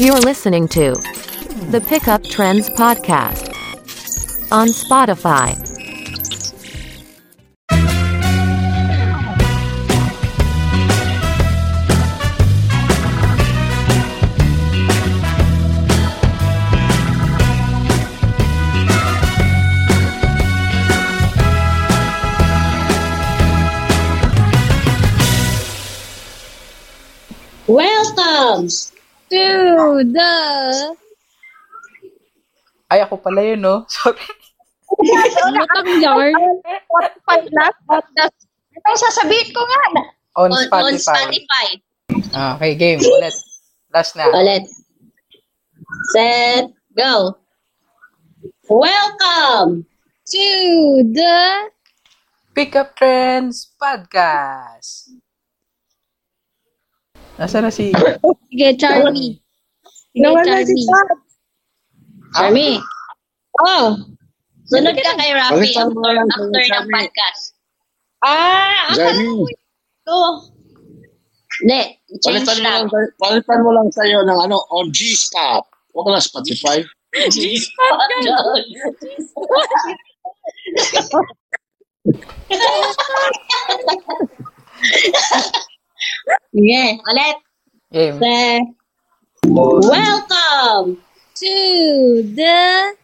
You're listening to the Pickup Trends Podcast on Spotify. Welcome to the... Ay, ako pala yun, no? Sorry. Lutang yarn. Ito, sasabihin ko nga. na- On, On, on Spotify. Ah, Spotify. Okay, game. Ulit. Last na. Ulit. Set. Go. Welcome to the... Pickup Trends Podcast. Nasaan na si... Sige, Charmy. Sige, Charmy. Charmy. Oh. Sunod ka kay Rafi after, after ng podcast. Ah! Jenny, Ako. Hindi. Change palitan mo, lang. lang, palitan mo lang sa'yo ng ano, on G-Spot. Huwag na Spotify. Sige, ulit. Game. Set. Welcome to the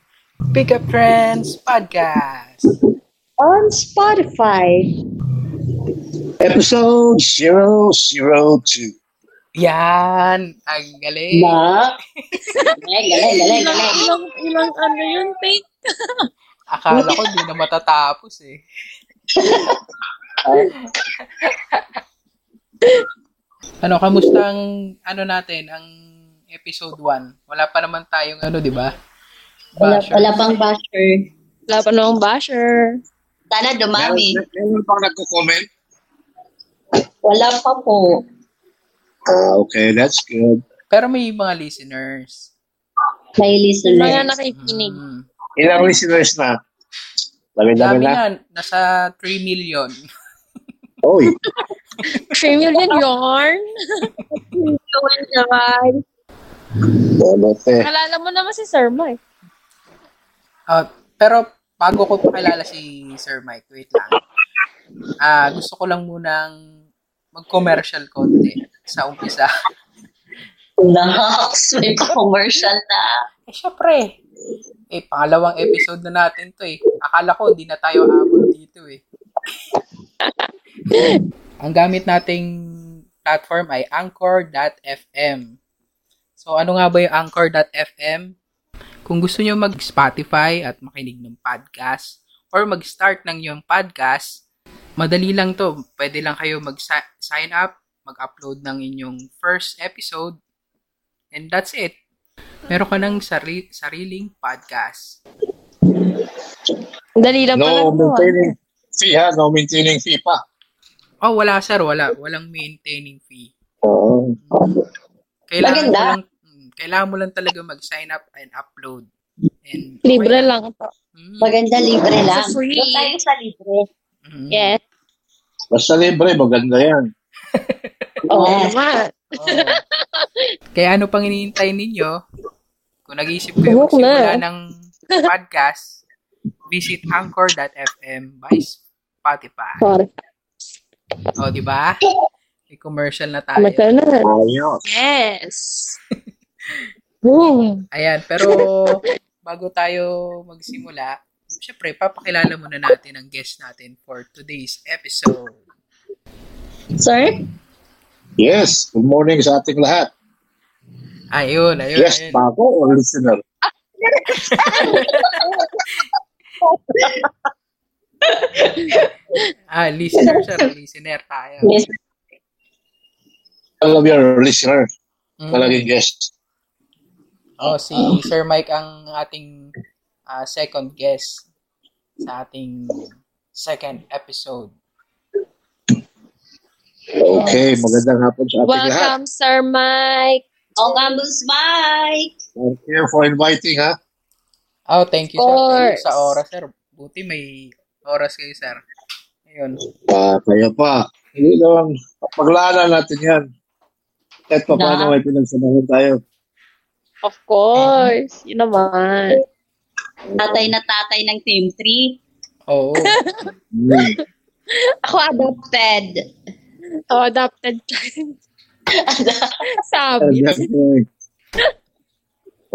Pickup Trends Podcast. On Spotify. Episode 002. Yan. Ang Eh. galing. Ma. Galing, galing, galing, galing. Ilang, ilang ano yun, Pete? Akala ko di na matatapos eh. ano, kamusta ang ano natin, ang episode 1? Wala pa naman tayong ano, di ba? Wala, Basher. wala pang basher. Wala pa namang basher. Sana dumami. Meron- Meron bang nagko-comment? Wala pa po. Ah, okay, that's good. Pero may mga listeners. May Mga listener. nakikinig. Mm. Ilang listeners na? Dami Dami-dami na. na, nasa 3 million. Oy, Three million yarn. Gawin naman. bolote. Alala mo naman si Sir Mike. Ah, pero bago ko pakilala si Sir Mike, wait lang. Ah, gusto ko lang munang mag-commercial konti sa umpisa. Nox, may commercial na. Eh, syempre. Eh, pangalawang episode na natin to eh. Akala ko, di na tayo abot dito eh. Ang gamit nating platform ay anchor.fm. So, ano nga ba yung anchor.fm? Kung gusto nyo mag-Spotify at makinig ng podcast or mag-start ng yung podcast, madali lang to. Pwede lang kayo mag-sign up, mag-upload ng inyong first episode, and that's it meron ka ng sari- sariling podcast. Dali lang pala to, No ah. maintaining fee ha, no maintaining fee pa. Oh, wala sir, wala. Walang maintaining fee. Oo. Kailangan Maganda. mo lang, mm, kailangan mo lang talaga mag-sign up and upload. And, Libre lang to. Mm, Maganda, libre lang. For free. Doon tayo sa libre. mm. Yes. Basta libre, maganda yan. Oh, Oo Yes. naman. Oo. Kaya ano pang iniintay ninyo? Kung nag-iisip kayo Huwag magsimula na. ng podcast, visit anchor.fm by Spotify. Sorry. O, di ba? May commercial na tayo. Masyal na. Ayos. Yes. Boom. Ayan, pero bago tayo magsimula, syempre, papakilala muna natin ang guest natin for today's episode. Sir? Yes, good morning sa ating lahat. Ayun, ayun, Yes, ayun. ba ako or listener? Ah, listener, sir. Listener tayo. Yes. All of your listener, Mm. palaging guest. Oh, si Sir Mike ang ating ah, second guest sa ating second episode. Okay, magandang hapon sa ating lahat. Welcome, Sir Mike. O Camus Mike! Thank you for inviting ha. Oh, thank you, sir. Of Thank you course. sa oras, sir. Buti may oras kayo, sir. Ayun. Ah, kaya pa. Hindi lang, paglaanan natin yan. Kahit pa paano Na- may pinagsamahan tayo. Of course. Yun naman. Tatay na tatay ng Team 3. Oo. Ako adopted. Oh, adopted child. Sabi.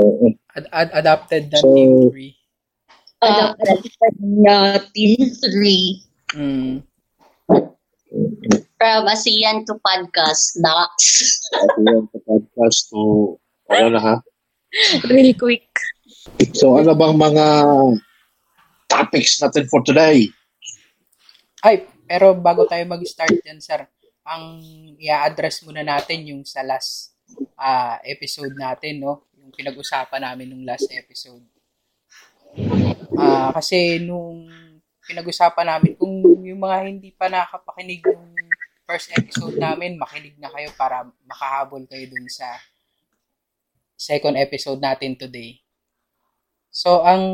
Oo. Ad- ad- adapted na So- team Adopted na Team 3. 3. Mm. From ASEAN to podcast, Knox. At yun, sa podcast to, ano na ha? Real quick. So ano bang mga topics natin for today? Ay, pero bago tayo mag-start yan, sir, ang i-address muna natin yung sa last ah, episode natin, no? Yung pinag-usapan namin nung last episode. Ah, kasi nung pinag-usapan namin, kung yung mga hindi pa nakapakinig nung first episode namin, makinig na kayo para makahabol kayo dun sa second episode natin today. So, ang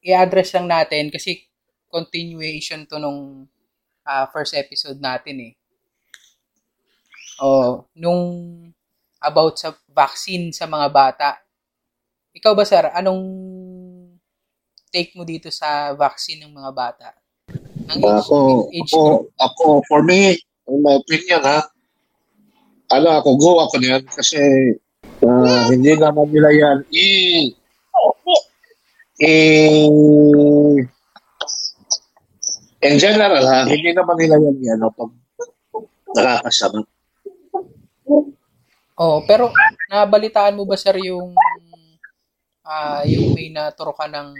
i-address lang natin, kasi continuation to nung ah, first episode natin eh. Oh, nung about sa vaccine sa mga bata. Ikaw ba sir, anong take mo dito sa vaccine ng mga bata? Ng age- Ah, Ako, age ako, ako, for me, in my opinion ha, ala ako, go ako na yan kasi ah, hindi naman nila yan i, i, in general ha, hindi naman nila yan yan ano, pag nakakasama. Oh, pero nabalitaan mo ba sir yung ah yung may naturo ka ng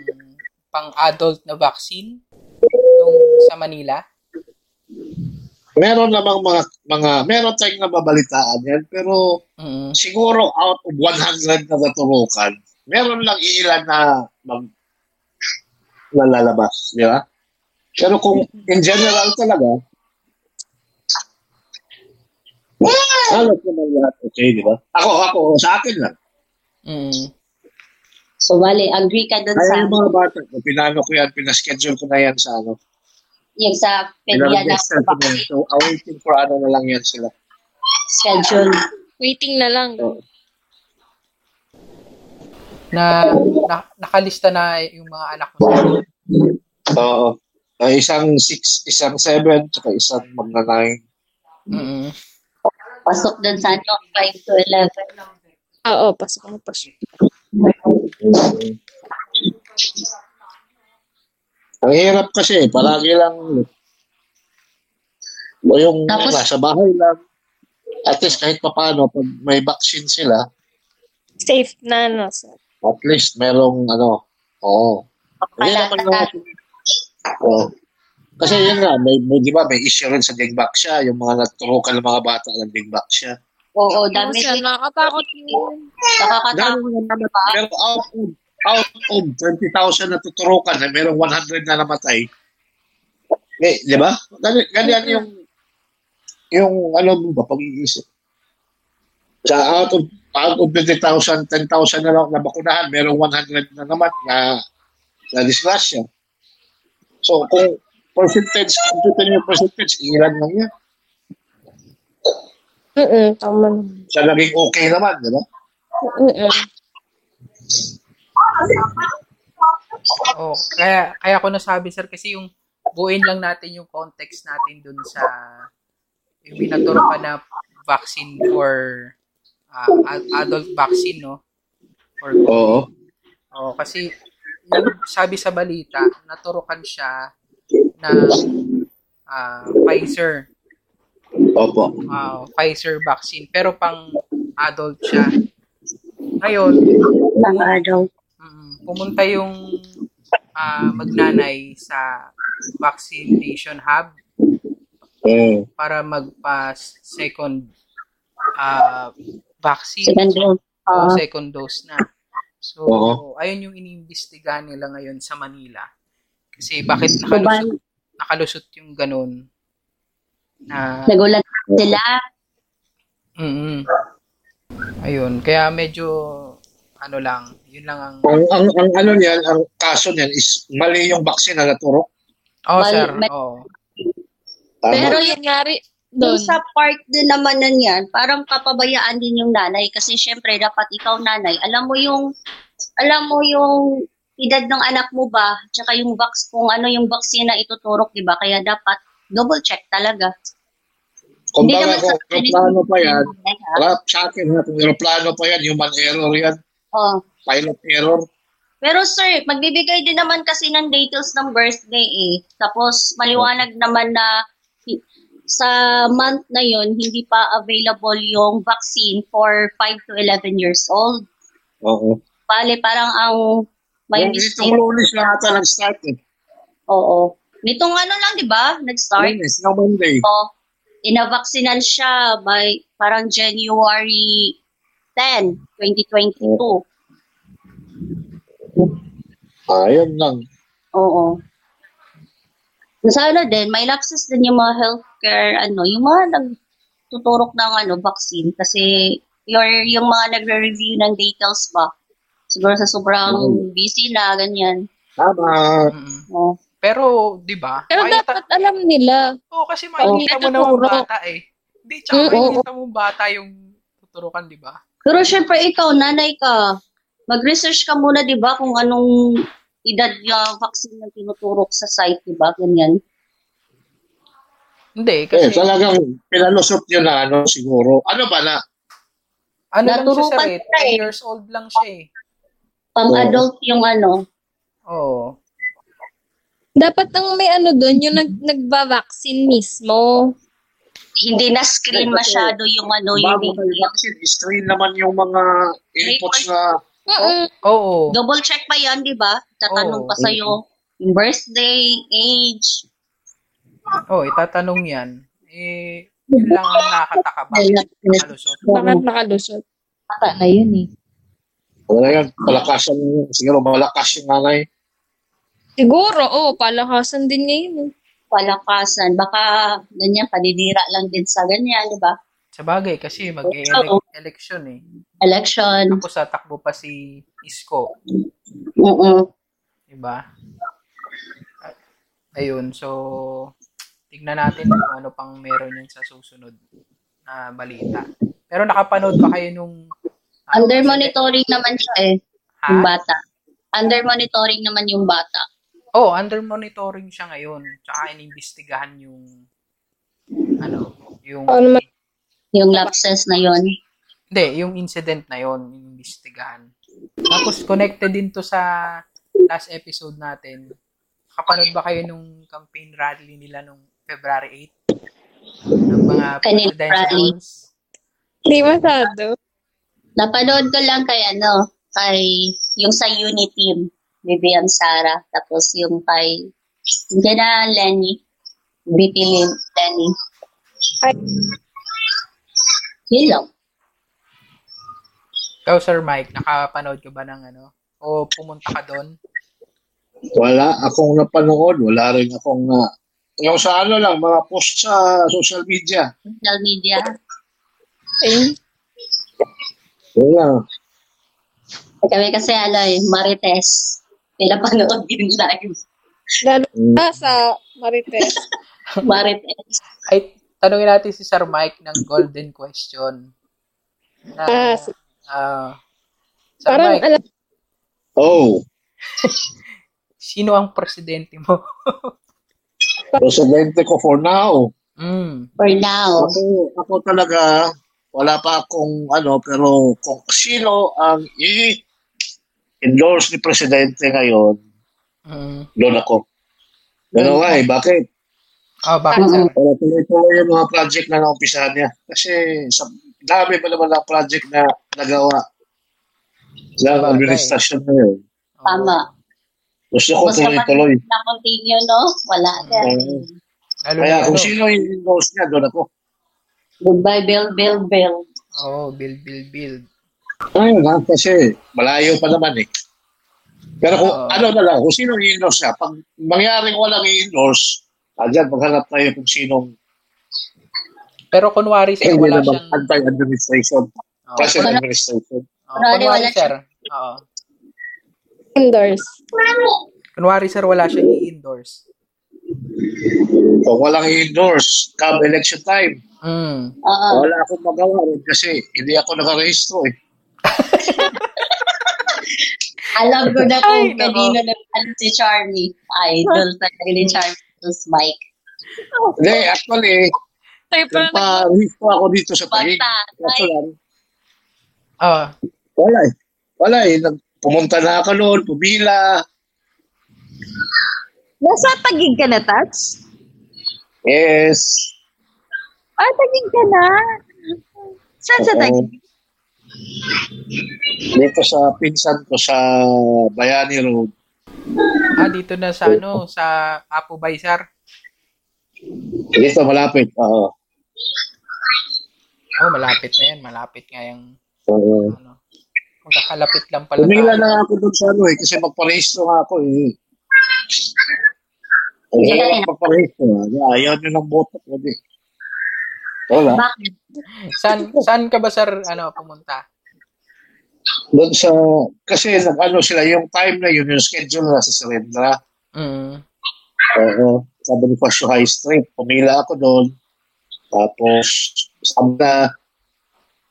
pang-adult na vaccine nung sa Manila? Meron namang mga, mga meron tayong nababalitaan yan, pero Mm. siguro out of 100 na naturukan, meron lang ilan na mag nalalabas, di ba? Pero kung in general talaga, halos naman lahat okay, di Ano ba? Ako, ako, sa akin lang. Mm. So, wale, agree ka dun Kaya sa, yung mga bata, ko, pinano ko yan, pinaschedule ko na yan sa ano. yung sa pedya na Pinag-extend ko na yan. So, awaiting for ano na lang yan sila. schedule. Waiting na lang. Na, na nakalista na yung mga anak mo. sir. Oo. Ay, isang 6, isang 7, tsaka isang magna 9. Mm. Pasok dun sa ano, 5 to 11. Oo, Ah, oh, pasok mo, pasok. Ang hirap kasi, palagi lang o yung Tapos- nasa bahay lang. At least kahit papano, pag may vaccine sila, Safe na, no? So, at least merong ano, oo. Ayun naman Pakalatan. na- Oo. Kasi yun nga, may, may, di ba, may issue rin sa dingback siya, yung mga naturukan ng mga bata ng dingback siya. Oo, dami. dami. Nakakatakot yun. Nakakatakot na ba? Pero out of, out of 20,000 na tuturukan na merong 100 na namatay, eh, di ba? Ganyan, ganyan yung, yung, ano mo ba, pag-iisip. Sa out of, out of 20,000, 10,000 na lang nabakunahan, merong 100 na naman na, na disgrasya. So, kung percentage, computer yung percentage, ilan lang yan. Mm-mm, tama naman. Sa naging okay naman, di ba? Mm-mm. Ah, Oh, kaya kaya ko nasabi sir kasi yung buuin lang natin yung context natin dun sa yung pinaturo ka na vaccine for ah, ad- adult vaccine no for Oo. Oh, kasi yung sabi sa balita, naturukan siya ng ah, Pfizer, Opo. ah, Pfizer vaccine, pero pang adult siya. Ngayon, ano, mm, pumunta yung ah, magnanay sa vaccination hub Mm. para magpa second ah, vaccine. Second round. o Oo. second dose na. So, Oo. ayun yung iniimbestigahan nila ngayon sa Manila. Kasi bakit So, ba, nakalusot, nakalusot yung ganun na nagulat sila. mm Ayun, kaya medyo ano lang, yun lang ang Ang, ang, ang ano niyan, ang kaso niyan is mali yung vaccine na naturo. Oh, Mal- sir. mal- Oh. Tama. Pero yun nga rin, Doon Doon. sa part din naman na yan, parang papabayaan din yung nanay kasi syempre dapat ikaw nanay, alam mo yung alam mo yung edad ng anak mo ba, tsaka yung box kung ano yung vaccine na ituturok, di ba? Kaya dapat double check talaga. Kung baga ko, sa- aeroplano pa yan. Nanay, ha? Wala, sa akin, ha, kung aeroplano pa yan, human error yan, Oo. pilot error. Pero sir, magbibigay din naman kasi ng details ng birthday eh. Tapos maliwanag naman na hi- sa month na yon hindi pa available yung vaccine for 5 to 11 years old. Oo. Bale, parang ang may Yung itong mistake. lunes lang ata nag-start eh. Oo. Nitong ano lang, di ba? Nag-start. Lunes, no Monday. Oo. Inavaksinan siya by parang January 10, 2022. Oh. Ah, yun lang. Oo. Sana din, may lapses din yung mga healthcare, ano, yung mga nagtuturok ng ano, vaccine. Kasi your, yung mga nagre-review ng details ba? Siguro sa sobrang Mm. busy na, ganyan. Tama. Mm-mm. Oo. Pero, di ba? Pero makikita- dapat alam nila. Oo, kasi makikita Oo. mo naman Tuturo. bata eh. Hindi, tsaka Mm, oo. makikita mo bata yung tuturukan, di ba? Pero syempre ikaw, nanay ka, mag-research ka muna, di ba, kung anong edad yung vaccine na tinuturok sa site, di ba, ganyan. Hindi, Eh, kasi talagang pinalusot nyo na ano siguro. Ano ba na? ano lang siya sa Naturukan rate, siya eh. 10 years old lang siya eh. Pang-adult yung ano. Oo. Dapat ang may ano doon, yung nag, nagba-vaccine mismo. Hindi na screen Ay, kasi masyado yung ano, yung Bago kayo details. vaccine, screen naman yung mga inputs na Mm-mm. Oo. Double check pa yan, di ba? Tatanong Oo. pa sa'yo yung birthday, age. Oo, Oh, itatanong yan. Eh, yun lang ang nakakataka ba? Ay, Nakalusot. Baka nakalusot. Bata na yun eh. Wala yan. Malakas yung, siguro malakas yung nanay. Siguro, oh, palakasan din ngayon. eh. Palakasan. Baka ganyan, paninira lang din sa ganyan, di ba? Sa bagay, kasi Oo. mag-election eh. Election. Tapos tatakbo pa si Isko, Oo. di ba? At- Ayun, so, tignan natin kung ano pang meron yan sa susunod na balita. Pero nakapanood ba kayo nung... ah, Under monitoring naman siya eh, yung Ha? bata. Under monitoring naman yung bata. Oh, under monitoring siya ngayon. Tsaka inimbestigahan yung ano, yung Ano man- Yung lapses na yon. hindi, yung incident na yon, inimbestigahan. Tapos connected din to sa last episode natin. Kapanood ba kayo nung campaign rally nila nung February 8? Ng mga Kanina rally. presidentials? Hindi masyado. Napanood ko lang kay ano, kay yung sa Uniteam, Vivian Sara, tapos yung kay, hindi na Lenny, BP Len- Lenny. Ay. Yun lang. Ikaw, Sir Mike, nakapanood ka ba ng ano? O pumunta ka doon? Wala akong napanood. Wala rin akong na... yung sa ano lang, mga post sa social media. Social media. Ayun. Yun lang. Kami kasi ano eh, Marites. Pinapanood yun live. Lalo Mm. na sa Marites. Marites. Ay, tanungin natin si Sir Mike ng golden question. Na, Ah, si- ah, Sir Parang Mike, alam, Oh, sino ang presidente mo? presidente ko for now. mm. For now. Ako, ako talaga, wala pa akong ano, pero kung sino ang i-endorse ni presidente ngayon, Mm. doon ako. Pero why? Bakit? Oh, bakit, Sir? Para tuloy-tuloy yung mga project na naumpisahan niya. Kasi sa dami pa naman ng project na nagawa ng Sabagay. administrasyon na yun. Oo. Tama. Gusto ko Gusto pa tuloy-tuloy. na continue, no? Wala na. Oo. Lalo na, Kaya ano, kung sino yung endorse niya, doon ako. Goodbye, build, build, build. oh, build, build, build. Ayun lang, kasi malayo pa naman eh. Pero kung Oo. ano na lang, kung sino i-endorse niya, pag mangyaring walang i-endorse, agad maghanap tayo kung sinong Pero kunwari, eh, sir, hindi wala naman siyang... anti-administration, Oo. present administration. Oo, Kunwari, kunwari, wala sir. Oo. indoors. Kunwari, sir, wala siyang i-endorse. Kung walang endorse, come election time, Mm. Oo. wala akong magawa rin kasi hindi ako nakarehistro eh. Alam ko na Ay, kung nako. kanino nagpalit si Charmy. Idol talaga ni Charmy. Tapos Mike. Hindi, actually, Tayo pa nagpa-rehistro ako dito sa Taguig. Bata. Kaso lang, Oh. wala eh. Wala eh. Nag- Pumunta na ako noon, pumila. Nasa tagig ka na, Tats? Yes. Ah, tagig ka na. Saan sa Oo. tagig? Dito sa pinsan ko sa Bayani Road. Ah, dito na sa ano, sa Apo Baysar. Dito malapit. Oo. Oh, malapit na yan. Malapit nga yung Oo. ano. Magkakalapit lang pala Tumila tayo. na ako doon sa ano eh, kasi magparehistro nga ako eh. Eh, Hindi ka wala na- magparehistro. ah. Ayaw nyo ng boto ko di. Wala. Bakit? Saan, saan ka ba, sir, ano, pumunta? Doon sa, kasi nag-ano sila, yung time na yun, yung schedule na sa Serendra. Mm. Oo. Sa Bonifacio High Street, pumila ako doon. Tapos, sabi na,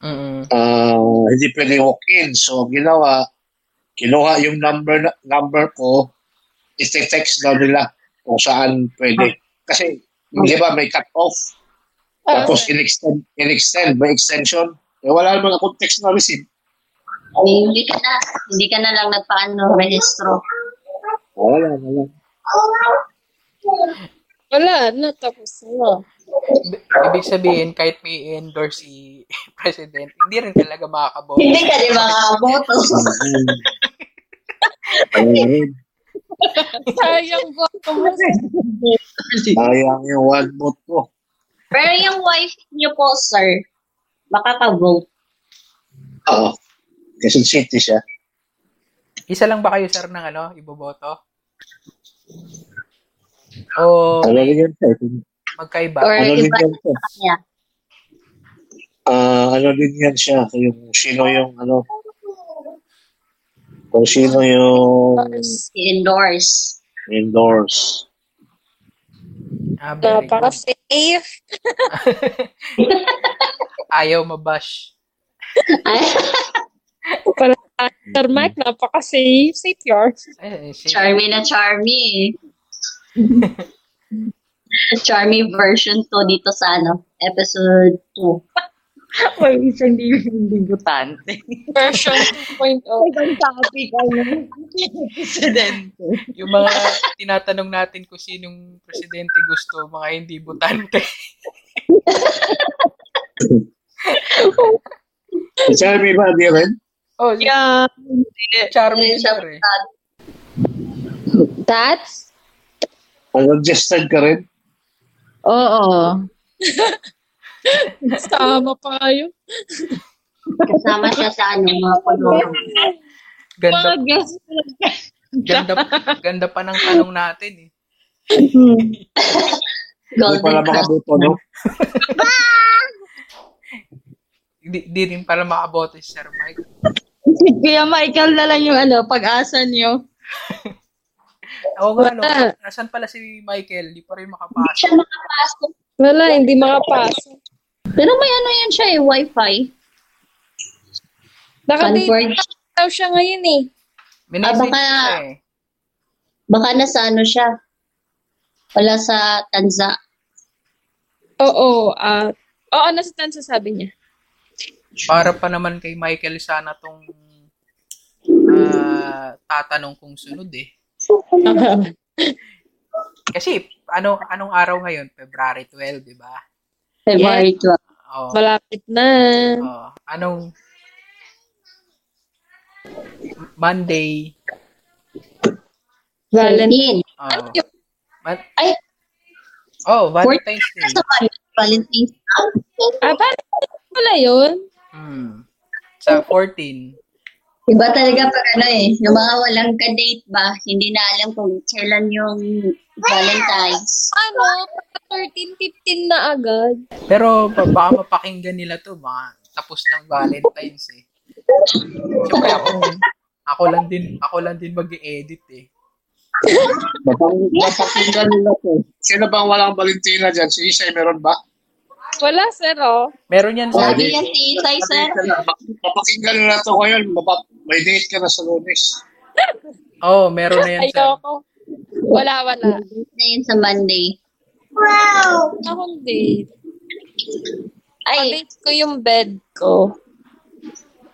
Mm. ah, hindi pwede walk-in. So, ang ginawa, kinuha yung number na, number ko, iti-text daw nila kung saan pwede. Kasi, hindi ba, may cut-off. Ah, Tapos, in-extend, in-extend, may extension. Eh, wala naman akong text na receive. Eh, hindi ka na. Hindi ka na lang nagpaano rehistro. Oh, Wala, wala. Wala, na, tapos na. Ibig- Ibig sabihin, kahit may endorse si President, hindi rin talaga makakaboto. Hindi ka, di ba, kakaboto? Sayang po ako mo sa Sayang yung one vote ko. Pero yung wife niyo po, sir, makaka-vote. Oo. Quezon City siya. Isa lang ba kayo, sir, ng ano, iboboto? O Ano rin yun, sir? magkaiba? Or Ano din iba yan, yung sir? sa kanya. Ah, ano din yan siya, yung sino yung ano, kung sino yung I-endorse. endorse. uh, Ah, very good. Napaka-safe. Ayaw mabash. Pala, Sir Mike, Mm-hmm. napaka-safe. Safe yard. Eh, si- Charmy na Charmy. eh. Charmy version 2 dito sa ano, episode 2. May isang libing debutante. Version oh. 2.0. topic, ano? Presidente. Yung mga tinatanong natin kung sinong presidente gusto, mga hindi butante. Si Charmy ba, di rin? oh, si Yeah. Charmy yun, sir. eh. That's? Registered ka rin? Oo. Sama pa kayo. Kasama siya sa ano, mga kulungan. Ganda, guest. ganda, ganda pa ng tanong natin eh. Hindi pala makaboto, no? Di, di rin para makaboto si Sir Mike. Kuya Michael na lang yung ano, pag-asa niyo. Oo nga, no? Wala. Nasaan pala si Michael? Di pa rin Hindi makapasok. siya makapasok. Wala, hindi makapasok. Pero may ano yan siya eh, wifi. Nakadate Concord. daw siya ngayon eh. Minessage Ah, baka- siya eh. Baka nasa ano siya. Wala sa Tanza. Oo, ah, oo, nasa tansa sabi niya. Para pa naman kay Michael sana tong ah, tatanong kong sunod eh. Kasi ano anong araw ngayon? February 12, di ba? February 12. Oh. Malapit na. oh. Anong Monday? 13. Valentine. Oh. yun? Ma- Ay. Oh, Valentine's Day. Sa Valentine's Ah, Valentine pala yun. Hmm. Sa 14. Iba talaga pag ano eh, yung mga walang ka-date ba, hindi na alam kung kailan yung Valentine's. Ano, pagka 13, 15 na agad. Pero ba- baka mapakinggan nila to, mga tapos ng Valentine's eh. Siyempre ako, ako lang din, ako lang din mag-edit eh. Mapang, mapakinggan nila to. Sino bang walang Valentina dyan? Si Isay, meron ba? Wala, sir, oh. Meron yan sa... Lagi yan si Itay, sir. Mapakinggan nila to ngayon. Mapa- may date ka na sa lunes. Oh, meron na yan sa... Ayoko. Wala, wala. Na yun sa Monday. Akong date. Ay, Date ko yung bed ko.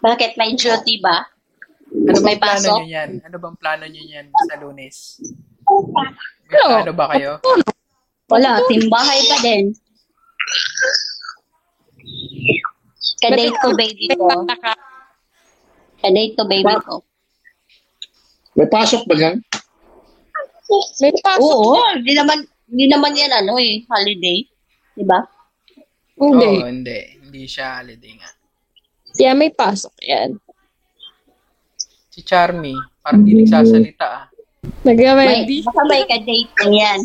bakit? May duty ba? Ano bang May plano pasok? nyo yan? Ano bang plano nyo yan sa lunes? May Ano? plano ba kayo? Wala, timbahay pa din. Kadate ko, baby ko. Kadate ko, baby ko. May pasok ba yan? May pasok. Oo, di naman, di naman yan ano eh, holiday. Diba? Di ba? Hindi. Oo, hindi. Hindi siya holiday nga. Yeah, may pasok yan. Si Charmy, parang hindi nagsasalita ah. May, Nag-ready. baka may kadate na yan.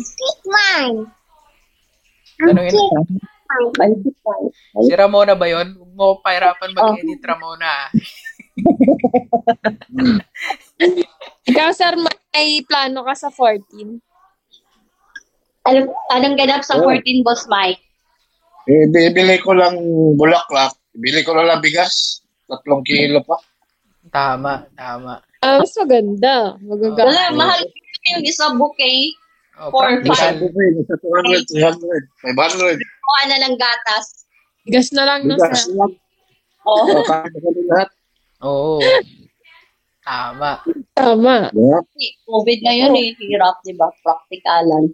Tanungin, May kitay. si Ramona ba yun? Huwag mo pahirapan mag-edit Oh. Ramona ah. Ikaw, sir, may plano ka sa 14. Alam, Ano, anong ganap sa 14 Boss Mike? Eh, bibili ko lang bulaklak. Bibili ko na lang bigas. Tatlong kilo pa. Tama, tama. Ah, mas maganda. Maganda. Wala, mahal yung isa bouquet. Oh, Four, practical. Sabi ko eh, nasa 200, 300, 500. Kuha na ng ano gatas. Gas na lang na, Bigas. sir. Oh, Oh, kaya ko lahat. Oo. Tama. Tama. Yeah. COVID ngayon eh, hirap, di ba? Praktikalan.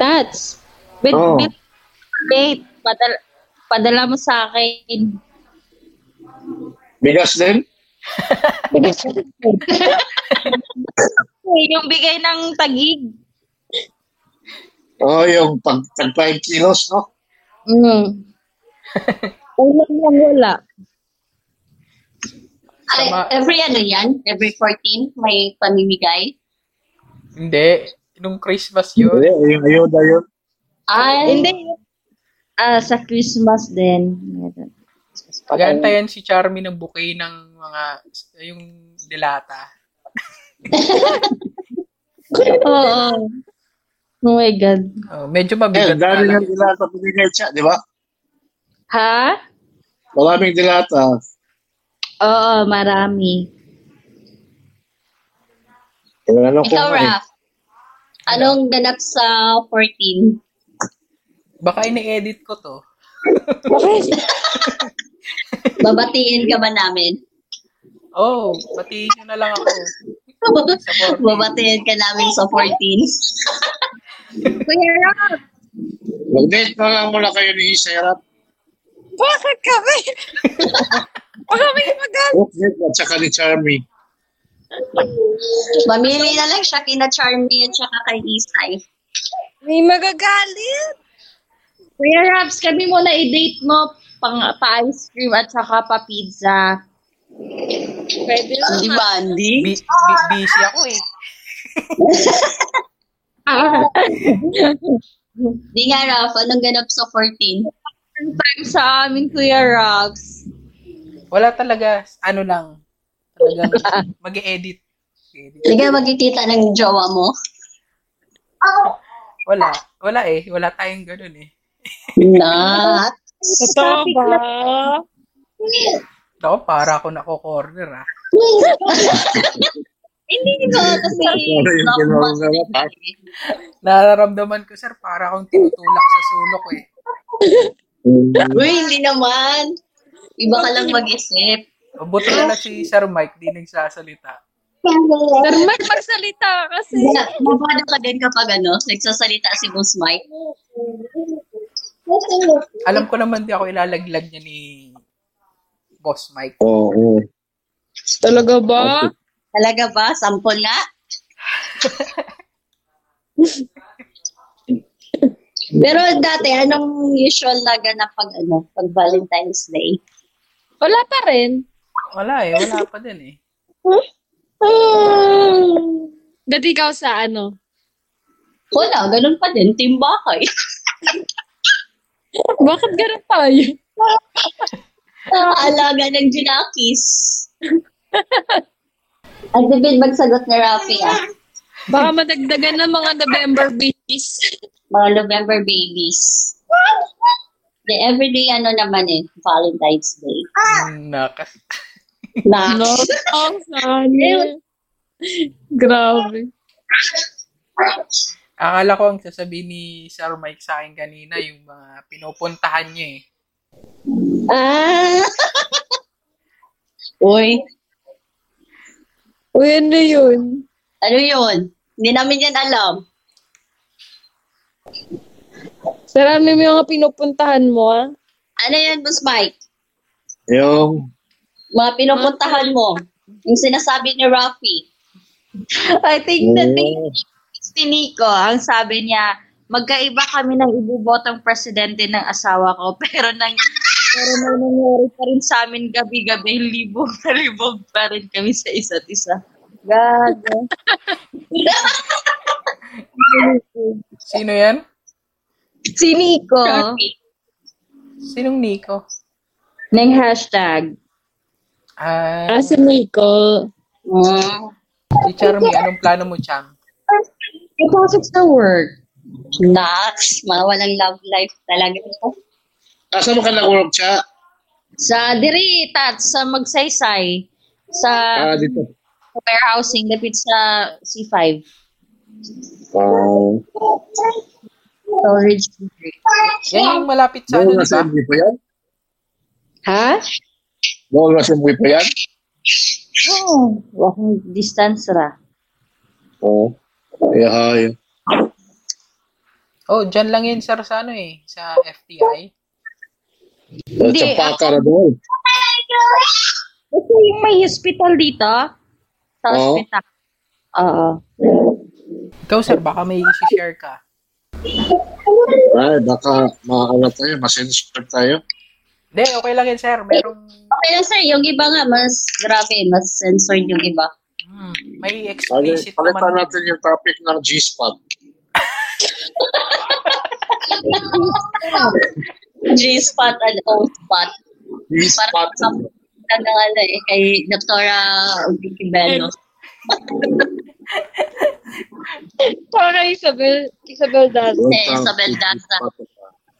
Tats. With, Oo. with date, padala, padala mo sa akin. Bigas din? Eh, Yung bigay ng tagig. Oo, oh, yung pag, pag 5 kilos, no? Mm. Ulam lang wala. Ay, Tama. every ano yan? Every 14, may pamimigay? Hindi. Nung Christmas yun. Ayun, ayun, ayun. ayun. Ay, hindi. Ah, sa Christmas din. Pag-antayan si Charmy ng bouquet ng mga, yung dilata. Oo. Oh my God. Oh, medyo Eh, mabigat na dami lang. ng dilata pinigay siya, di ba? Ha? Maraming dilata. Oo, marami. Wala ko Ikaw, nga eh. Raf. Anong ganap sa 14? Baka ini-edit ko to. Babatiin ka ba namin? Oh, batiin nyo na lang ako. Sa 14. Babatiin ka namin sa 14. Kuya Raf! Mag-date na lang muna kayo ni Isera. Bakit kami? kami maganda. Mag-date at saka ni Charmy. Mamili na lang siya kina Charmy at saka kay Isay. May magagalit. Kuya Raps, kami muna i-date mo pang pa-ice cream at saka pa-pizza. Pwede lang. Di ba, Andy? Bi- bi- busy ako eh. Di nga, Raf. Anong ganap sa 14? Time sa amin, Kuya Robs. Wala talaga. Ano lang. Talagang mag-edit. Mag-edit. Di ka magkikita ng jowa mo. Wala. Wala eh. Wala tayong ganun eh. Not. Totoo ba? Ako, para ako nako-corner ah. Hindi ko kasi. Ano yung ginawa ng Raf, ha? Nararamdaman ko, sir, para akong tinutulak sa sulok eh. Uy, hindi naman. Iba ka lang mag-isip. O, Oh, Buti na lang si Sir Mike, di nagsasalita. Sir Mike, magsalita ka kasi. Mabado ka din kapag ano, nagsasalita si Boss Mike. Alam ko naman di ako ilalaglag niya ni Boss Mike. Oo. oo. Talaga ba? Talaga ba? Sampol nga? Pero dati, anong usual na ganap pag, ano, pag Valentine's Day? Wala pa rin. Wala eh, wala pa din eh. Ah. Dati ikaw sa ano? Wala, ganun pa din. eh. Timbakay. Bakit ganun tayo? Alaga ng ginakis. Ang dibid magsagot ni Rafi ah. Baka madagdagan ng mga November babies. Mga November babies. The everyday ano naman eh, Valentine's Day. Ah! Hmm, Nakas. Na, No? Ang sana. Grabe. Akala ko ang sasabihin ni Sir Mike sa akin kanina, yung mga pinupuntahan niya eh. Ah! Uy, Uy, ano yun? ano yun? Hindi namin yan alam. Sarami mo ano yung mga pinupuntahan mo, ah. Ano yan, Boss Mike? Yung, Mga pinupuntahan mo. Yung sinasabi ni Rafi. I think na na thing si Nico, ang sabi niya, magkaiba kami ng ibubotong presidente ng asawa ko, pero nang pero may nangyari pa rin sa amin gabi-gabi, libog na libog pa rin kami sa isa't isa. Gago. Sino yan? si Nico. Sinong Nico? Nang hashtag. Ah, Ah, si Nico. Mm. si Charmy, anong plano mo, Cham? Ipasok sa work. Nax, mawalang love life talaga. kasama ka ng work siya. Sa Diritat, sa Magsaysay, sa Ah, dito. warehousing, lapit sa C5. Wow. Storage Yan yung malapit sa ano, Doon na di ba? assembly pa yan? Ha? Doon na assembly pa yan? Oo. oh, Walking distance ra. Oo. Yeah, yeah. Oh, dyan lang yan, Sir, sa ano eh, sa FTI. At sa Pakara doon. Ito yung may hospital dito? Sa Oo. hospital. Oo. Ikaw, Sir, baka may isi-share ka. Ay, baka makakala tayo, masensor tayo. Hindi, okay lang yan, Sir. Merong, Okay lang sir, yung iba nga mas grabe, mas censored yung iba. hmm, may Pali, explicit palitan naman. natin yung topic ng G-Spot. G-spot and O-spot. G-Spot. Parang na ng ano eh, kay Doktora Vicky Bello. Para Isabel, Isabel Daz. Yung Eh, Isabel topic, Daza. G-Spot.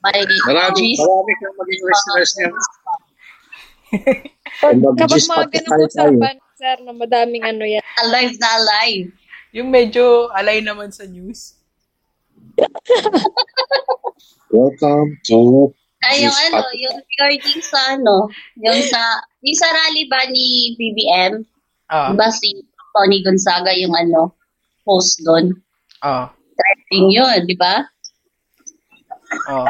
By Marami, G-spot. marami kang maging listeners niya. Pag, Ang kapag G-spot mga at ganung tayo tayo. usapan, sir, na madaming ano yan. Alive na alive. Yung medyo alay naman sa news. Welcome to Ay, yung Yes, ano, at- yung regarding sa ano, yung sa, yung sa rally ba ni BBM? Ah, Diba si Tony Gonzaga yung ano, host doon? ah, Trending yun, di ba? ah.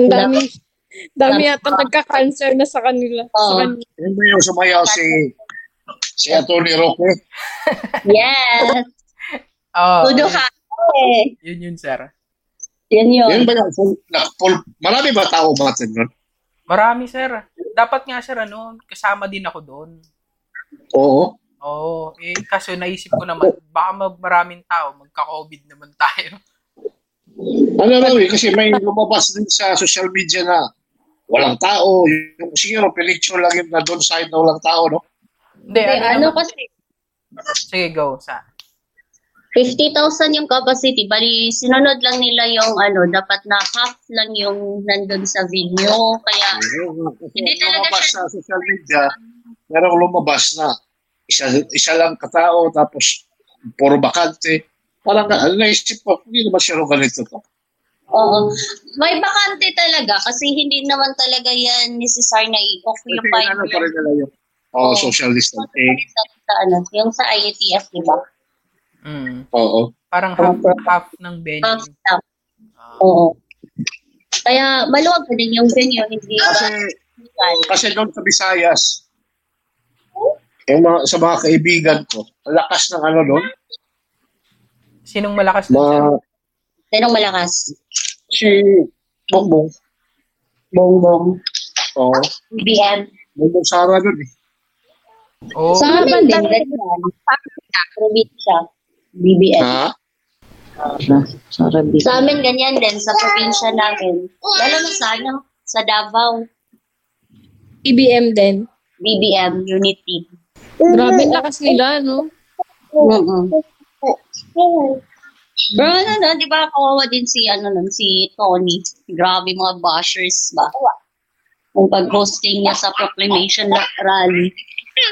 Ang dami. Dami Wala. yata Ah. nagka-cancer na sa kanila. Oo. Sa kanila. Hindi yung sumayaw si si Atty. Roque. Yes! Ah, Tudo ka. Eh. yun yun, Sir. Yan yun. Yan ba yung full, na full, marami ba tao umatin nun? Marami, Sir. Dapat nga, Sir, ano, kasama din ako doon. Oo. Oo, oh, eh, kaso naisip ko naman, baka mag maraming tao, magka-COVID naman tayo. Ano raw eh, kasi may lumabas din sa social media na walang tao. Yung siguro, picture lang yun na doon side na walang tao, no? Hindi, Eh, ano ano, naman- kasi, Sige, go, sa. 50,000 yung capacity. Bali, sinunod lang nila yung ano, dapat na half lang yung nandun sa venue. Kaya, Hindi Hindi talaga lumabas siya- sa social media, merong lumabas na isa, isa lang katao, tapos puro bakante. Parang na, ano, naisip ko, hindi naman siya rin ganito to. oo. May bakante talaga kasi hindi naman talaga yan necessary na Kasi i-occupy ano pa yung rin nila yung oh, Oo. social distancing. sa, sa ano, yung sa IATF, di ba? Mm, Oo. parang half, Ano half ng venue. Half staff. Ah, Ah, Oo. Kaya maluwag pa din yung venue, hindi Kasi, ba? Hindi kasi doon sa Visayas, yung mga, sa mga kaibigan ko, ang lakas ng ano doon, Sinong malakas na, Sir? ma, nung malakas. si Bongbong. Bongbong. Oo. BBM. Bongbong Sara doon eh. Oo, Sa amin din, ganyan. Sa amin, probinsya. BBM. Ha? Sa amin, ganyan din. Sa probinsya namin. Lalo na sa ano, sa Davao. IBM din. BBM, Unity. Grabe, ang lakas nila, no? Mm-mm. Oo. Bro, ano na, di ba kawawa din si, ano nun, si Tony. Grabe mga bashers ba? Yung pag-hosting niya sa proclamation la- rally.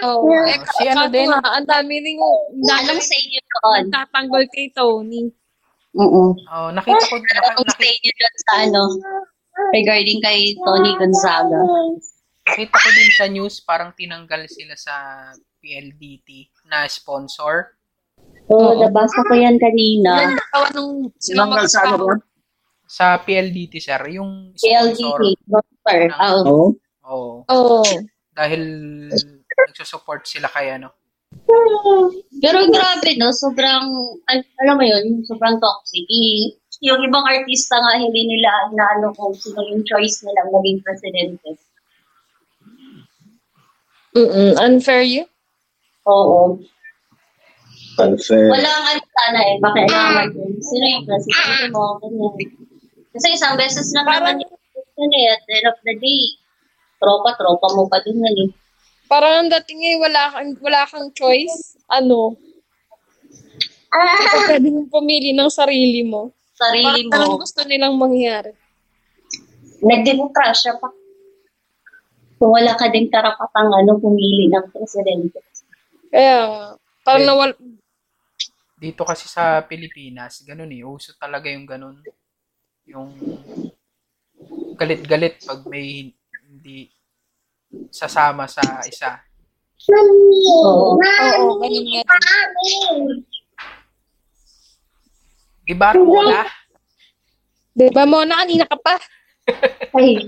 Oo. Oo. Eh, Si ano kaso din? nga, Ang dami rin yung Alam sa inyo doon. nagtatanggol kay Tony. Oo. Oh, nakita ko naka- Alam sa inyo doon sa ano, regarding kay Tony Gonzaga. nakita ko din sa news parang tinanggal sila sa PLDT na sponsor. Oo, nabasa ko yan kanina. Yan nakawa nung Sinanggal Ah, sa ano ron? Sa PLDT sir, yung sponsor. PLDT, doctor. Oo. Oo. Oh, Oo. dahil nagsusupport sila kay ano. Pero grabe, no? Sobrang, al- alam mo yun, sobrang toxic. I- yung ibang artista nga, hindi nila na ano kung sino yung choice nila maging presidente. Mm-mm. Unfair yun. Oo. Perfect. Wala ang ano sana eh, baka alam mo yun. Sino yung presidente mo? Ganyan. Kasi isang beses lang naman yung yun eh, at the end of the day, tropa-tropa mo pa din yan eh. Parang ang dating eh, wala kang, wala kang choice. Ano? Ah! Pwede mong pumili ng sarili mo. Sarili Parang mo. gusto nilang mangyari. Nagdemokrasya pa. Kung wala ka din karapatang ano, pumili ng presidente. Kaya, nga, parang Eh. nawala, Dito kasi sa Pilipinas, ganun eh, uso talaga yung ganun. Yung galit-galit pag may hindi sasama sa isa. Oo. oo, ganun nga. Di ba Rola? Diba, Mona, kanina ka pa. Ay,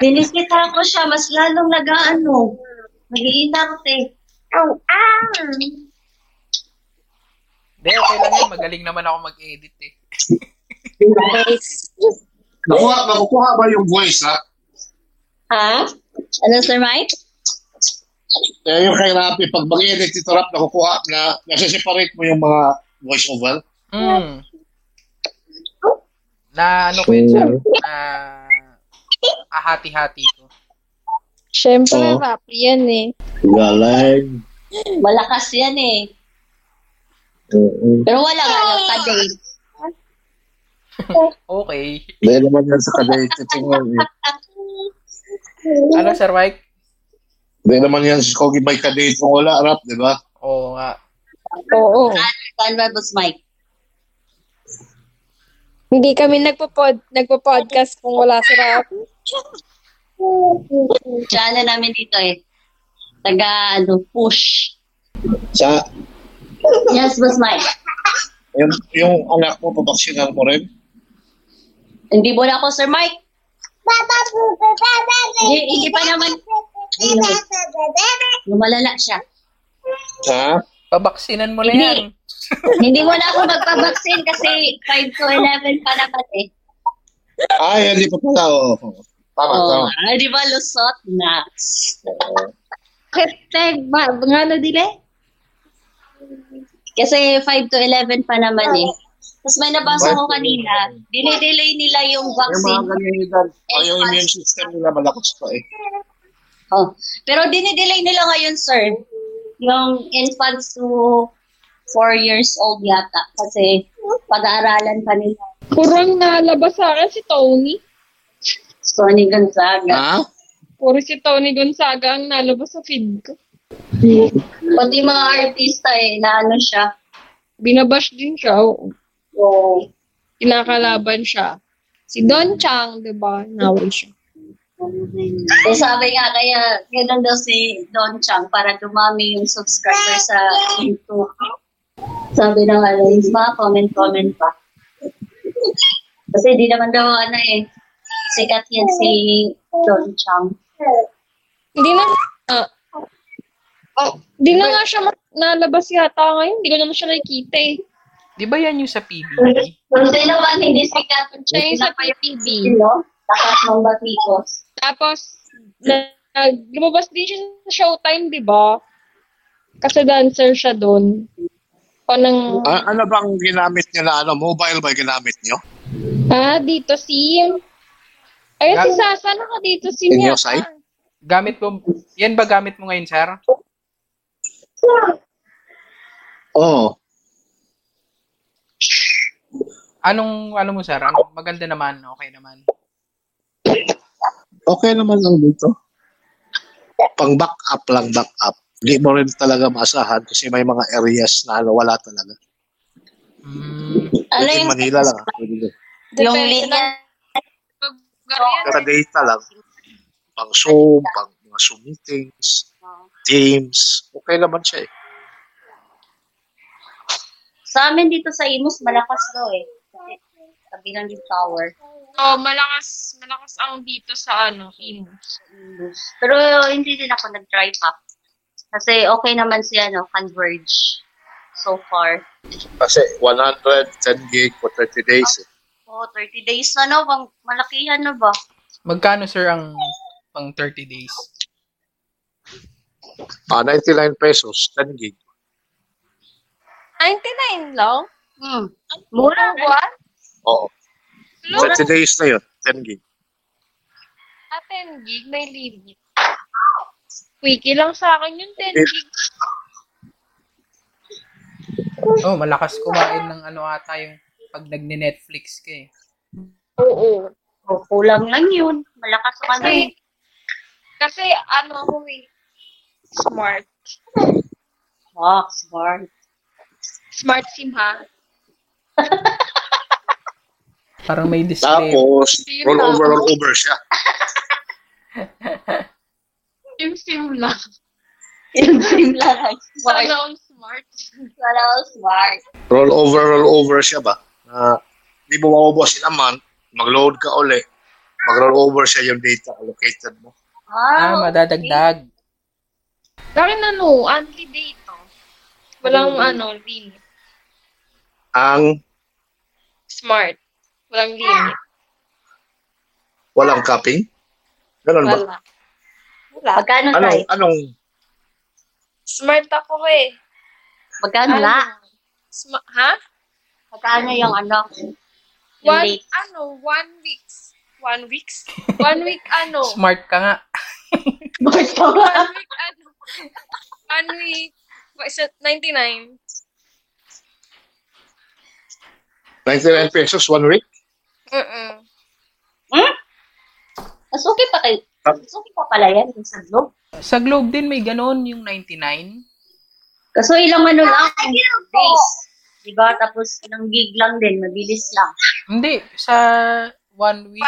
dinikita ko siya, mas lalong nag-ano, nag-iinarte. Ow, ah! Hindi, okay lang yun. Magaling naman ako mag-edit eh. Nice. Nakuha, nakukuha ba yung voice, ha? Ha? Ano, Sir Mike? Eh, yung kay Rappi, pag mag-edit ito, Rap, nakukuha na, nasa-separate mo yung mga voice-over. Mm. Na ano ko yun, sir? Na ahati-hati ko. Siyempre, Oo. rap yan eh. Galing. Malakas yan eh. Oo. Pero wala nga lang ka din. Okay. Dahil naman yan sa kadate ito eh. Ano, Sir Mike? Dahil naman yan sa Kogi by kadate kung wala, Rap, di ba? Oo nga. Oo. Saan ba, Boss Mike? Hindi kami nagpo-pod, nagpo-podcast kung wala si Rap. Siya na namin dito eh. Taga, ano, push. Sa, Yes, Boss Mike. yung, yung anak mo, pabaksinan mo rin. Hindi mo na ako, Sir Mike. Hindi, hindi pa naman. Lumalala siya. Ha? Pabaksinan mo na yan. Hindi mo na ako magpabaksin kasi 5 to 11 pa naman eh. Ay, hindi Ah, pa pala, oo. Tama, Oh, tama. ah, di ba lusot na? Hashtag, ba, nga ano dile? Kasi 5 to 11 pa naman eh. Tapos may nabasa ko kanina, dinidelay nila yung Yung mga vaccine. ganyan, ay, yung immune system nila malakas pa eh. Oh. Pero dinidelay nila ngayon, sir. Yung infants to 4 years old yata. Kasi pag-aaralan pa nila. Purang nalabas sa akin si Tony. Tony Gonzaga. Ha? Puro si Tony Gonzaga ang nalabas sa feed ko. Pati mga artista eh, na ano siya. Binabash din siya. oo. Oh. Kinakalaban siya. Si Don Chang, di ba? Naway siya. Eh, sabi nga kaya, ganun daw si Don Chang para dumami yung subscriber sa YouTube. Sabi na nga, yung mga comment-comment pa. Kasi di naman daw ano eh, sikat yan si Don Chang. Hindi na, ah, oh, hindi na nga siya ma- nalabas yata ngayon. Hindi ko na siya nakikita eh. Di ba yan yung sa PBB? Kasi naman, hindi sikat. Siya yung sa TV. No? Takas ng batikos. Tapos, na, nag- lumabas din siya sa Showtime, di ba? Kasi dancer siya doon. Panang, A- ano bang ginamit niya na ano? Mobile ba ginamit niyo? ah, dito si... Ayun, si Gam- Sasa naka dito si niya. Inyo, Sai? Gamit mo, yan ba gamit mo Oh, ngayon, sir? Oo. Anong, ano mo, sir? Ano, maganda naman, okay naman. Okay naman lang dito. Pang back up lang, back up. Hindi mo rin talaga maasahan kasi may mga areas na ano, wala talaga. Mm, Ano Within yung, Manila lang. ah, pwede lang. yung Depende linya, Pero data lang. Pang Zoom, pang mga Zoom meetings, Teams. Okay naman siya eh. sa amin dito sa Imus, malakas daw eh. Sabi lang yung tower. So, malakas, malakas ang dito sa ano, Imus. Imus. Pero hindi din ako nag-try pa. Kasi okay naman si ano, Converge so far. Kasi 110 gig for 30 days eh. Oh, 30 days na no, bang malakihan na ba? magkano, sir, ang pang 30 days? Ah, 99 pesos, 10 gig. 99 lang? Hmm. Mura ba? Buwan? Oo. Mura. 30 days na yun, 10 gig. Ah, 10 gig, may limit. Wiki lang sa akin yung 10 Eh. gig. Oh, malakas kumain ng ano ata yung pag nagne-Netflix ka eh. Oo. Oh, kulang lang yun. Malakas ka na eh. Kasi, kasi ano ko eh, smart. Oh, smart. Smart SIM ha. Parang may display. Tapos, roll over, roll over siya. Yung SIM lang. Yung dream lang ay smart. Sana all smart. Sana all smart. Roll over, roll over siya ba? Na hindi mo maubusin a month, mag-load ka uli, mag-roll over siya yung data allocated mo. Ah, madadagdag. Darin ano, only data. Walang ano, limit. Ang Smart. Walang limit. walang capping? Ganun ba? Wala. Wala. Magkano Ano? Anong, tayo? anong, Smart ako eh. Magkano Ano? la? Sma- ha? Magkano yung ano? Yung One, date? ano, one weeks. One weeks? One week ano. Smart ka nga. one week ano. One week. What is it? 99. 99 pesos one week? Mm-mm. Hmm? Mas okay pa kayo. Ah. Mas okay pa pala yan yung sa globe. Sa Globe din may ganun, yung 99. Kaso ilang ano lang, days. Diba? Tapos ilang gig lang din, mabilis lang. Hindi, sa one week.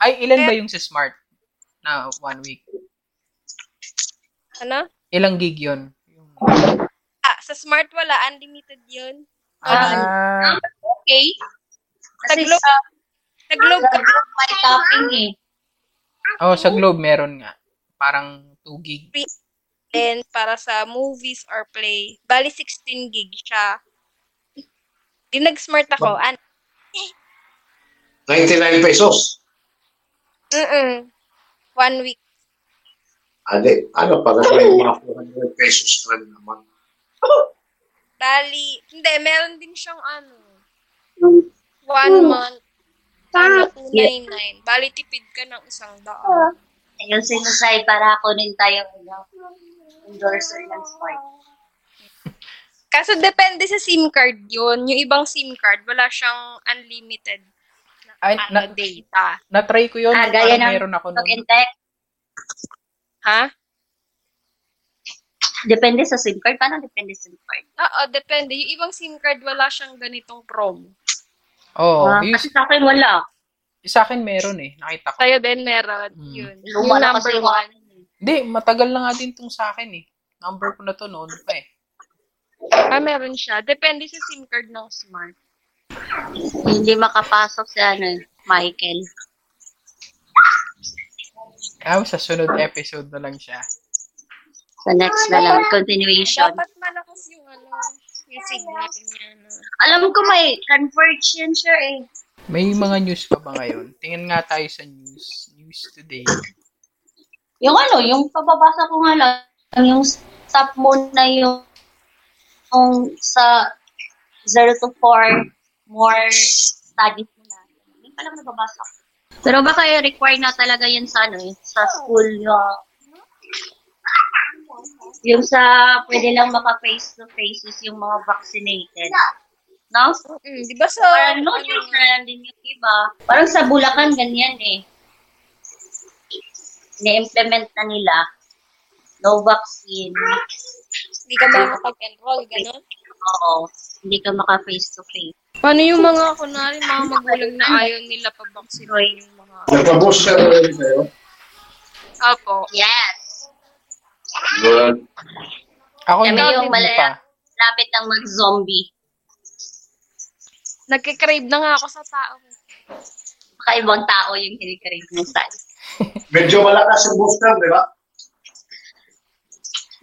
Ay, ilan ba yung sa Smart na one week? Ano? Ilang gig yun? Ah, sa smart wala. Unlimited yun. Ah, Okay. Kasi Taglo- sa Sa globe ka. Globe may topping eh. oh, sa Globe meron nga. Parang 2 gig. Then, para sa movies or play. Bali, 16 gig siya. Di nag-smart ako. An- 99 pesos? Mm-mm. One week. Ade, ano pa na may mga 400 pesos na rin naman. Bali, hindi, meron din siyang ano. One month. Ano, 299. Bali, tipid ka ng isang daan. Ayun, sinusay para kunin tayo ano, endorser ng sport. Kaso depende sa SIM card yun. Yung ibang SIM card, wala siyang unlimited Ay, ano, na, data. na-try ko yun. Ah, gaya Parang ng meron Ano? ako Talk nun. and text. Ha? Depende sa SIM card. Paano depende sa SIM card? Oo, depende. Yung ibang SIM card, wala siyang ganitong promo. Oh, Oo, Ah, yung kasi sa akin wala. sa akin meron eh. Nakita ko. Sa'yo din meron. Hmm. Yun. Yung Lumala number kasi yung one. ano. eh. Hindi, matagal na nga din tong sa akin eh. Number ko na to noon pa eh. Ah, meron siya. Depende sa SIM card ng smart. Hindi makapasok si ano, Michael. Ah, sa sunod episode na lang siya. Sa next na lang, continuation. Dapat malakas yung ano, yung signal niya. Ano. Alam ko may converge yan siya eh. May mga news ka ba ngayon? Tingnan nga tayo sa news. News today. Yung ano, yung pababasa ko nga lang, yung stop mo na yung, yung sa 0 to 4 more studies mo na. Yung palang nababasa ko. Pero baka eh, require na talaga yan sa ano, eh, sa school yung yung sa pwede lang maka face to face is yung mga vaccinated. No? Mm, di ba sa... Parang know ano, your brand din yung iba. Parang sa Bulacan, ganyan eh. Na-implement na nila. No vaccine. Hindi ka ba makapag-enroll, gano'n? Oo. Hindi ka maka face-to-face. Paano Ano yung mga, kunwari, mga magulang na ayaw nila pabaksinuhin yung mga... Nagpa-booster na rin kayo? Apo. Yes! Good. Ako Kami hindi yung pa. malaya, lapit ang mag-zombie. Nagkikrave na nga ako sa tao. Baka ibang tao yung hinikrave mo sa Medyo malakas ang booster, di ba?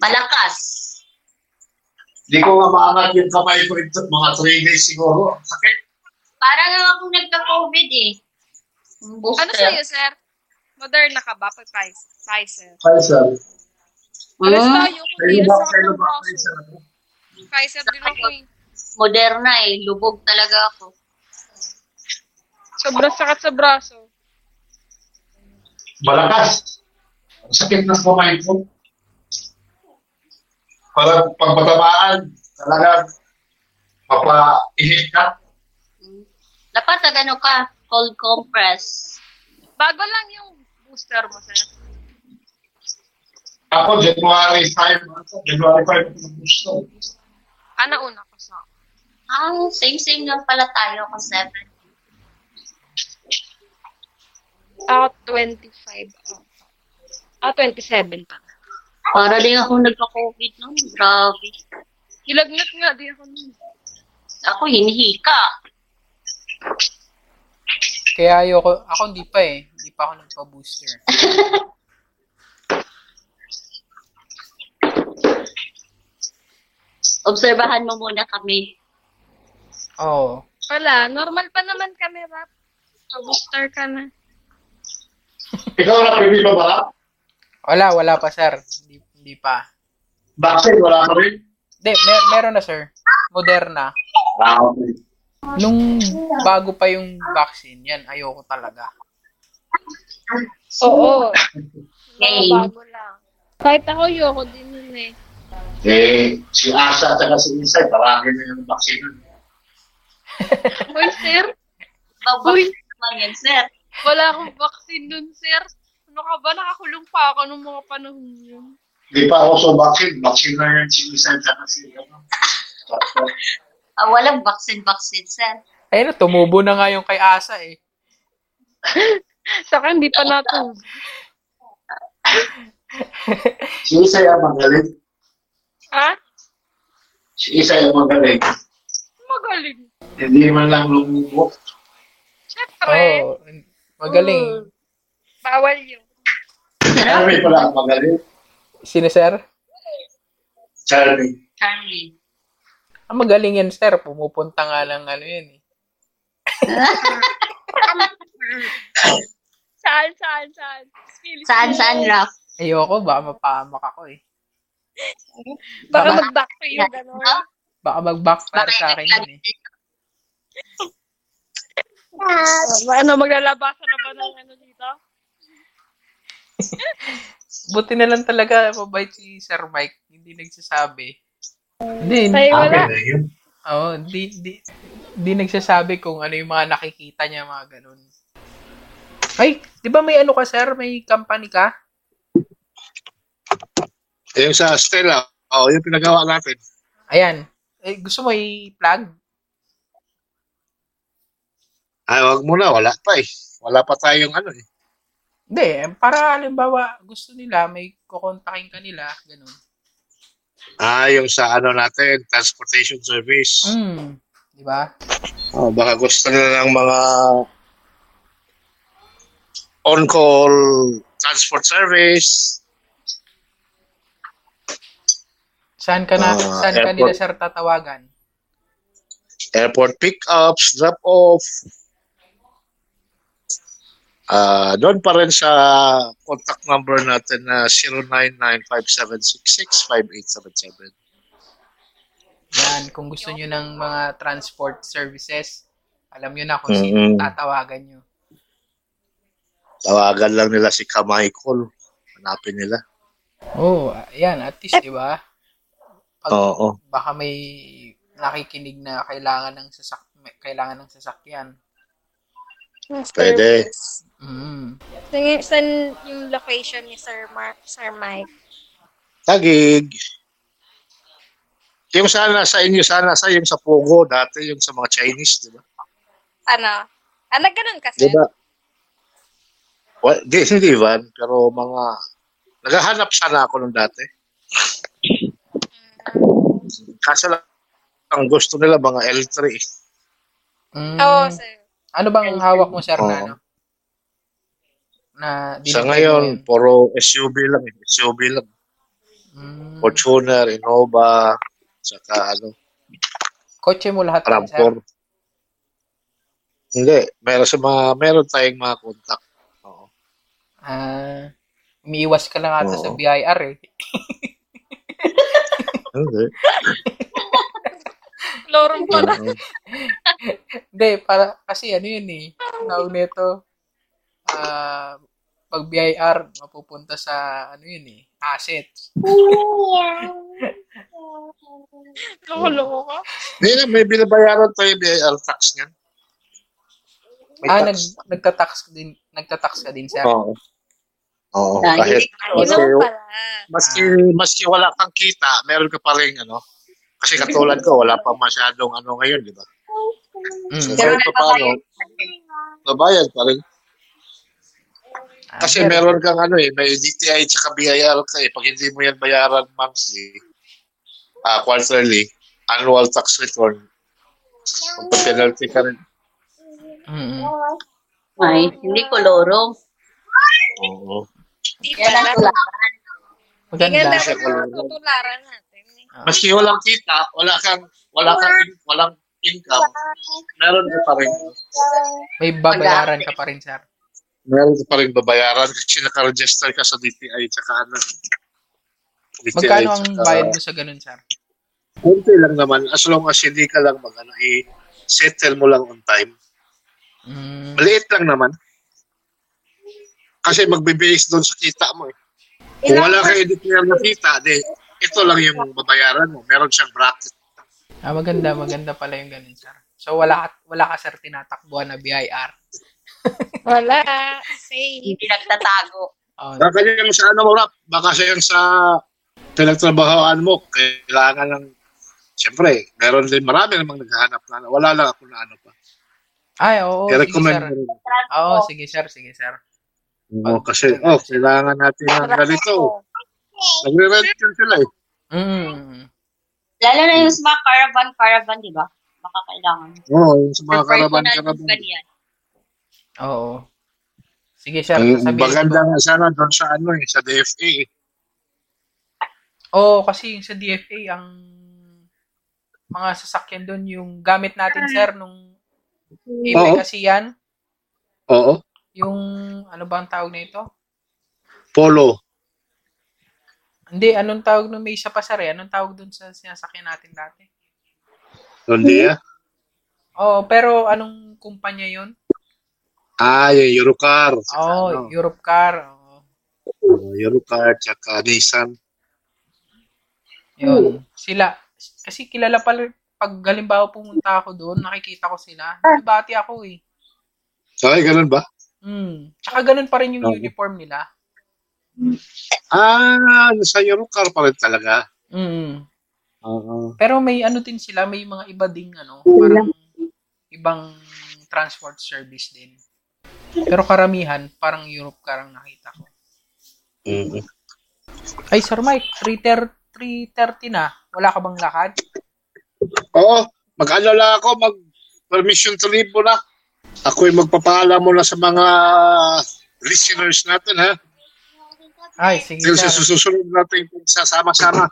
Malakas! Hindi ko nga maangat yung kamay ko ito. Mga 3 days siguro. Sakit. Parang nga akong nagka-COVID eh. Ang Booster. Ano sa'yo, sir? Moderna ka ba? Pag Pfizer? Pfizer. Pfizer. Alas Hmm? tayo kung Kayo hindi Ah, ba? sa Kayo akin ba? braso. Pfizer. Pfizer din ako eh. Moderna eh. Lubog talaga ako. Sobrang sakit sa braso. Malakas. Ang sakit na sa kamay ko. Para pag matamaan, talaga mapaihit ka. Dapat nag ano ka, cold compress. Bago lang yung booster mo, sir. Ako, January 5, January ano, 5 ako nag-booster. Ah, nauna ko sa Ah, same-same lang pala tayo kung seven. Ah, 25. ako. Ah, 27 pa. Para din ako nagka-COVID nun. Grabe. Nilagnat nga din ako nun. Ako, hinihika. Kaya ayoko, ako hindi pa eh. Hindi pa ako nagpa-booster. Obserbahan mo muna kami. Oo. Wala, normal pa naman kami, Rap. Booster ka na. Ikaw na pwede pa ba? Wala, wala pa sir. Hindi, hindi pa. Vaccine, wala ka rin? Hindi, mer- meron na sir. Moderna. Ah, okay. Nung bago pa yung vaccine, yan, ayoko talaga. Oo. Okay. Bago lang. Kahit ako, yoko din yun eh. Eh, si Asa at si Isay, marami na yung vaccine. nun. Hoy, sir. Babak naman yan, sir. Wala akong vaccine dun, sir. Ano ka ba? Nakakulong pa ako nung mga panahon yun. Hindi pa ako sa vaccine. Vaccine na yan si Isay at si ano. Ah, walang vaccine-vaccine, sir. Ayun na, tumubo na nga yung kay Asa eh. Sa akin, hindi pa natin. Si Isay ang magaling. Ha? Si Isay ang magaling. Magaling. Hindi man lang lumubo. Siyempre. Oo, magaling. Bawal yun. Charlie pala ang magaling. Sino sir? Charlie. Charlie. Ah, magaling yan sir. Pumupunta nga lang ano yan eh. Saan, saan, saan? Feeling Saan, ko. saan, Raf? Ayoko, baka mapahamak ako eh. Baka Baka- mag-back to you, gano'n. Ah, Baka mag-backfire Baka sa akin yun eh. ano, maglalabasan na ba ng ano dito? Buti na lang talaga mabait si Sir Mike. Hindi nagsasabi. Hindi, hindi. Ay, wala. na yun. Oo, di, di, di nagsasabi kung ano yung mga nakikita niya, mga ganun. Ay, di ba may ano ka, sir? May company ka? Yung sa Stella, oh, yung pinagawa natin. Ayan. Eh, gusto mo i-plug? Ay, wag muna, wala pa eh. Wala pa tayong ano eh. Hindi, eh, para halimbawa gusto nila, may kukontakin ka nila, ganun. Ah, yung sa ano natin, transportation service. Mm. Di ba? Oh, baka gusto na ng mga on-call transport service. Saan ka na, Ah, saan ka nila, airport. sir, tatawagan? airport pickups, drop-off. Ah, doon pa rin sa contact number natin na 099576658777. Yan, kung gusto nyo ng mga transport services, alam nyo na kung Mm. sino tatawagan nyo. Tawagan lang nila si Kamaikol. Hanapin nila. Oo, oh, yan, at least, di ba? Oo. Baka may nakikinig na kailangan ng sasak may- kailangan ng sasakyan. Pwede. Mm. Sige, saan yung location ni Sir, Mark, Sir Mike? Tagig. Yung sana sa inyo, sana sa yung sa Pogo dati, yung sa mga Chinese, di ba? Ano? Ah, nagganon kasi. Di ba? Well, di, hindi Ivan, pero mga, naghahanap sana ako nung dati. Kasi lang, ang gusto nila mga L3. Mm. Oo, sir. ano bang hawak mo, sir, na Oo. ano? Na Sa dinidrive mo ngayon, ngayon? puro SUV lang, eh, SUV lang. Mm. Fortuner, Innova, saka ano, Kotse mo lahat yan, sir? Rampor. Hindi, meron sa mga, meron tayong mga kontak. Oo. Ah, umiiwas ka lang ata Oo. sa BIR eh. Hindi. Lorong pa na. Oo. Hindi, para, kasi ano yun eh. Tawag nito, ah, pag BIR, mapupunta sa, ano yun eh, assets. Loko-loko ka. Hindi na, may binabayaran tayo BIR tax niyan. May ah, nag, tax. nagtatax din, nagtatax ka din, sir. Oo. Oo, Ah, kahit, Ayun maski, lang pala. maski, maski wala kang kita, meron ka pa rin, ano, kasi katulad ko, wala pa masyadong ano ngayon, di ba? Mm. Pero pa paano, nabayad pa rin. Ah, Kasi sir. meron kang ano eh, may DTI tsaka BIR ka eh. Pag hindi mo yan bayaran monthly, ah quarterly, annual tax return, magpa-penalty ka rin. Mm-mm. Ay, hindi ko loro. Oo. Di Yan ang pala. tula. Hindi nga Maganda. dapat na tutularan natin. eh. Maski walang kita, wala kang, wala kang, in- walang income, meron ka pa rin. May babayaran ka pa rin, sir. Meron ka pa rin babayaran kasi nakaregister ka sa DTI tsaka ano. DTI Magkano ang tsaka- bayad mo sa ganun, sir? Konti lang naman, as long as hindi ka lang mag ano, i-settle mo lang on time. Mm. Maliit lang naman. Kasi magbe-base doon sa kita mo eh. Kung Ilang wala months- kang editorial na kita, di, ito lang yung babayaran mo. Meron siyang bracket. Ah, maganda, maganda pala yung ganun, sir. So, wala ka, wala ka, sir, tinatakbuhan na BIR. Wala. Safe. Hindi nagtatago. Oh, Baka yung sa ano mo, Rap, baka sa yung sa pinagtrabahoan mo, kailangan ng, siyempre, meron din marami namang naghahanap na, wala lang ako na ano pa. Ay, oo, Oh, sige, I-recommend sir. mo rin. Oo, Oh. sige, sir, sige, sir. Oo, kasi, oh, kailangan natin ng ganito. Nagre-rent yun sila eh. Mm. Lalo na yung sa mga caravan, caravan, di ba? Baka kailangan. Oo, Oh, yung sa mga For personal use karaban-karaban. ganyan. Oo. Sige, sir, Ang sasabihin baganda ko. nga sana doon sa ano eh, sa DFA eh. Oo, kasi yung sa DFA, ang mga sasakyan doon, yung gamit natin, sir, nung Ipe Oo. kasi yan, Oo. yung, ano ba ang tawag na ito? Polo. Hindi, anong tawag nung may isa pa, sir, eh? Anong tawag doon sa sinasakyan natin dati? Hmm? Rondia? Oo, pero anong kumpanya yon? Ah, yung Oh, Eurocar. Oo, Ano? Europe Car. Oo. Oo, Eurocar, tsaka Nissan. Yun. Sila. Kasi kilala pala, pag halimbawa pumunta ako doon, nakikita ko sila. Dibati ako eh. Ay, ganun ba? Mm. Tsaka ganun pa rin yung Oo. uniform nila. Ah, nasa Eurocar pa rin talaga. Mm. Oo. Pero may ano din sila, may mga iba ding ano, parang ibang transport service din. Pero karamihan, parang Europe car ang nakita ko. mm Ay, Sir Mike, 3.30 3.30 na. Wala ka bang lakad? Oo, mag-ano lang ako, mag permission to leave mo na. Ako'y magpapaalam mo na sa mga listeners natin, ha? Ay, sige, Dahil sa sir. susunod natin kung sasama-sama.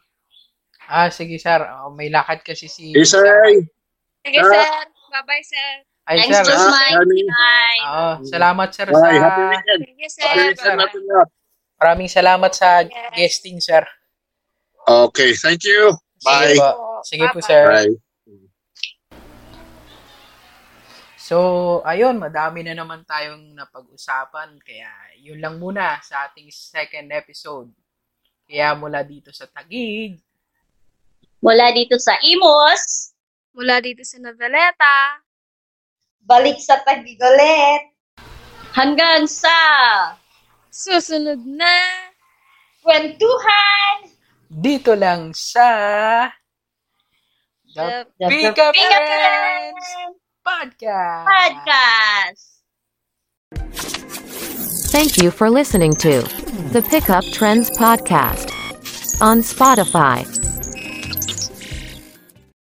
Ah, sige, sir. Oh, may lakad kasi si Isa, Sir Mike. Sige, Ah. sir. Bye-bye, sir. Ay, Thanks, sir. Sir ah, Mike. Ernie. Bye. ah salamat, sir, sa... Bye, happy weekend. Sige, Happy sir. weekend Bye-bye. natin lahat. Maraming salamat sa Yes. guesting, sir. Okay, thank you. Sige Bye. po. Sige po, sir. Bye. So, ayun, madami na naman tayong napag-usapan. Kaya, yun lang muna sa ating second episode. Kaya mula dito sa Tagig, Mula dito sa Imos. Mula dito sa Noveleta. Balik sa Taguig ulit. Hanggang sa Susunod na. Kwentuhan! Dito lang sa The Pick Up Friends Podcast. podcast. Thank you for listening to the Pickup Trends Podcast on Spotify.